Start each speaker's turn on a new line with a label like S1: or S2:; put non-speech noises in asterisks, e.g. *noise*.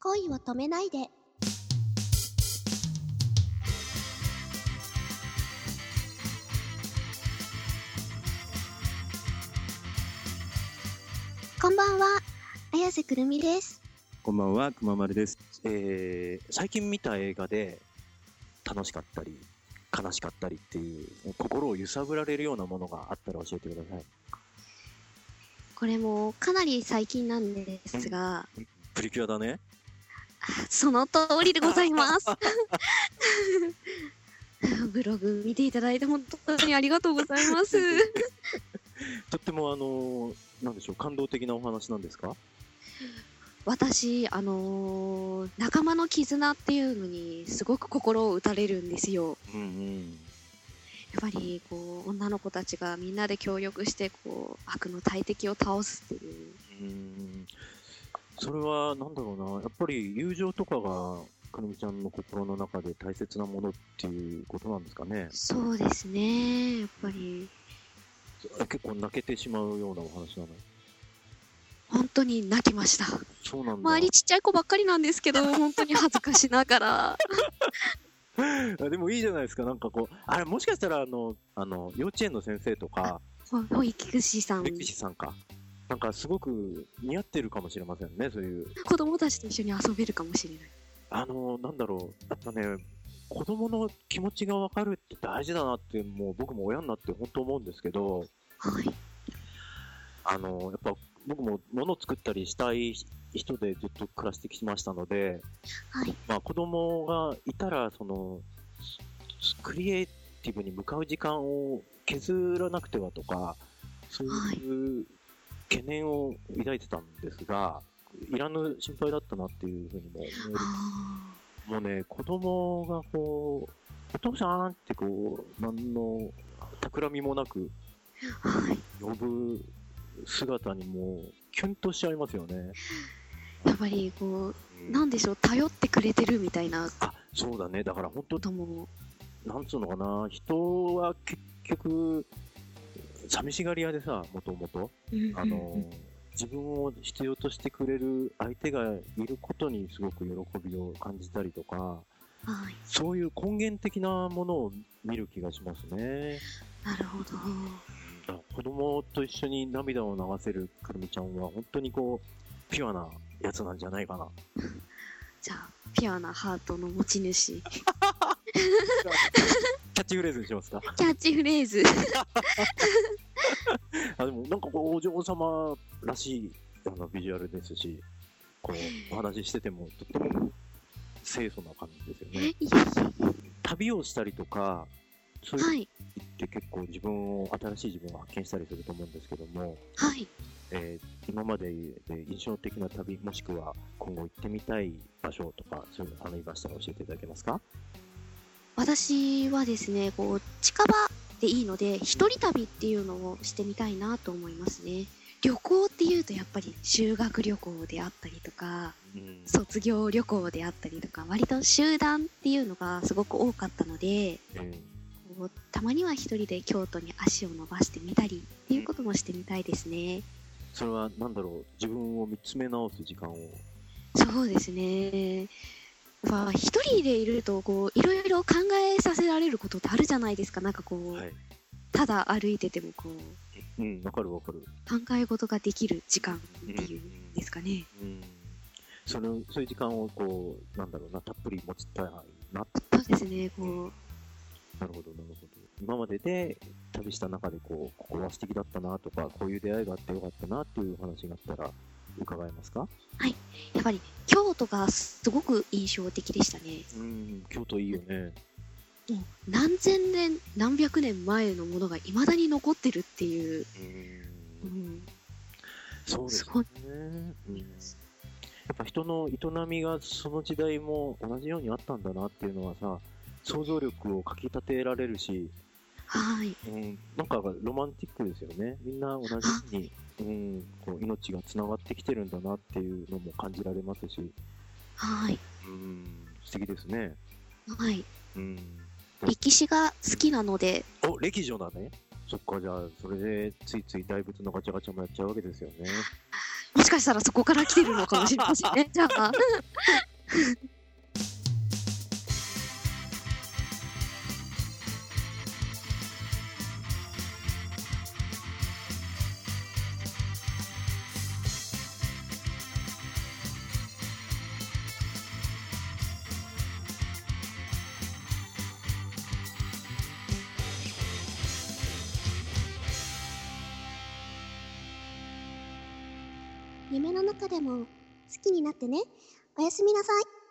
S1: 恋を止めないで。こんばんは、綾瀬くるみです。
S2: こんばんは、くままるです。えー、最近見た映画で、楽しかったり、悲しかったりっていう、心を揺さぶられるようなものがあったら教えてください。
S1: これもかなり最近なんです *laughs* が、
S2: プリキュアだね。
S1: その通りでござい *laughs* ます。ブログ見ていただいて本当にありがとうございます。
S2: とってもあのーなんでしょう、感動的なお話なんですか
S1: 私、あのー仲間の絆っていうのにすごく心を打たれるんですよ。
S2: うんうん。
S1: やっぱりこう女の子たちがみんなで協力してこう悪の大敵を倒すっていう。
S2: うん。それは、なんだろうな、やっぱり友情とかが、くるみちゃんの心の中で大切なものっていうことなんですかね。
S1: そうですね。やっぱり
S2: 結構泣けてしまうようなお話なの。
S1: 本当に泣きました。
S2: そうなんだ。
S1: 周りちっちゃい子ばっかりなんです *laughs* けど、本当に恥ずかしながら。
S2: あ *laughs* でもいいじゃないですか、なんかこう、あれ、もしかしたらあの、あの幼稚園の先生とか、
S1: ほ保育士さん、
S2: 歴史さんか、なんかすごく似合ってるかもしれませんね、そういう、
S1: 子供たちと一緒に遊べるかもしれない。
S2: あの、なんだろう、やっぱね、子供の気持ちが分かるって大事だなって、もう僕も親になって本当思うんですけど、
S1: はい。
S2: あのやっぱ僕も物を作ったりしたい人でずっと暮らしてきましたので、
S1: はい。
S2: まあ、子供がいたらそのクリエイティブに向かう時間を削らなくてはとかそういう懸念を抱いてたんですが、い、らぬ心配だったなっていうふうにも思える
S1: あ
S2: もうね子供がこう「お父さん」ってこう何の企みもなく
S1: ーはい。
S2: 呼ぶ姿にもうキュンとしちゃいますよね。
S1: やっぱりこ
S2: う
S1: う、
S2: ん
S1: なんでしょう、頼ってくれてるみたいなこ
S2: あそうだねだから本当
S1: とも。
S2: なんつうのかな、人は結局、寂しがり屋でさ、もともと、
S1: うん
S2: あの、自分を必要としてくれる相手がいることにすごく喜びを感じたりとか、
S1: はい。
S2: そういう根源的なものを見る気がしますね。
S1: なるほど。
S2: だから子供と一緒に涙を流せるくるみちゃんは、本当にこう、ピュアなやつなんじゃないかな。
S1: じゃあ、ピュアなハートの持ち主。キ
S2: キャッチフレーズにしますか
S1: ャッチフレーズ。
S2: あでもなんかこうお嬢様らしいあのビジュアルですしこうお話ししててもとっても清楚な感じですよね
S1: いやいや
S2: 旅をしたりとかそういう
S1: は
S2: 時
S1: い。
S2: って結構自分を新しい自分を発見したりすると思うんですけども、
S1: はい。
S2: えー今までで印象的な旅もしくは今後行ってみたい場所とかそういうのありましたら教えていただけますか
S1: 私はですね、こう、近場でいいので、一人旅っていうのをしてみたいなと思いますね。旅行っていうとやっぱり修学旅行であったりとか、
S2: うん
S1: 卒業旅行であったりとか割と集団っていうのがすごく多かったので
S2: えー
S1: こうたまには一人で京都に足を伸ばしてみたりっていうこともしてみたいですね
S2: それは何だろう自分を見つめ直す時間を
S1: そうですねまあ一人でいるとこういろいろ考えさせられることってあるじゃないですかなんかこう、
S2: はい
S1: ただ歩いててもこう
S2: うんわかるわかる
S1: 考え事ができる時間っていうんんですかね
S2: うんそのそういう時間をこうなんだろうなたっぷり持ちたいな
S1: そうですねこう
S2: なるほどなるほど今までで旅した中でこうここは素敵だったなとかこういう出会いがあってよかったなっていうお話があったら伺えますか
S1: やっぱり京都がすごく印象的でしたね
S2: うん京都いいよね
S1: もう何千年何百年前のものがいまだに残ってるっていう、
S2: う
S1: うんん、
S2: そうですす
S1: ごい
S2: ね、うん、やっぱ人の営みがその時代も同じようにあったんだなっていうのはさ想像力をかき立てられるし
S1: はい
S2: うん、なんかロマンティックですよね。みんな同じように、うん、こう命がつながってきてるんだなっていうのも感じられますし、
S1: はい
S2: うん、素敵ですね。
S1: はい
S2: うん、
S1: 歴史が好きなので
S2: お、歴女だね。そっか、じゃあ、それでついつい大仏のガチャガチャもやっちゃうわけですよね。
S1: もしかしたらそこから来てるのかもしれませんね。じゃあ。
S3: 夢の中でも好きになってね。おやすみなさい。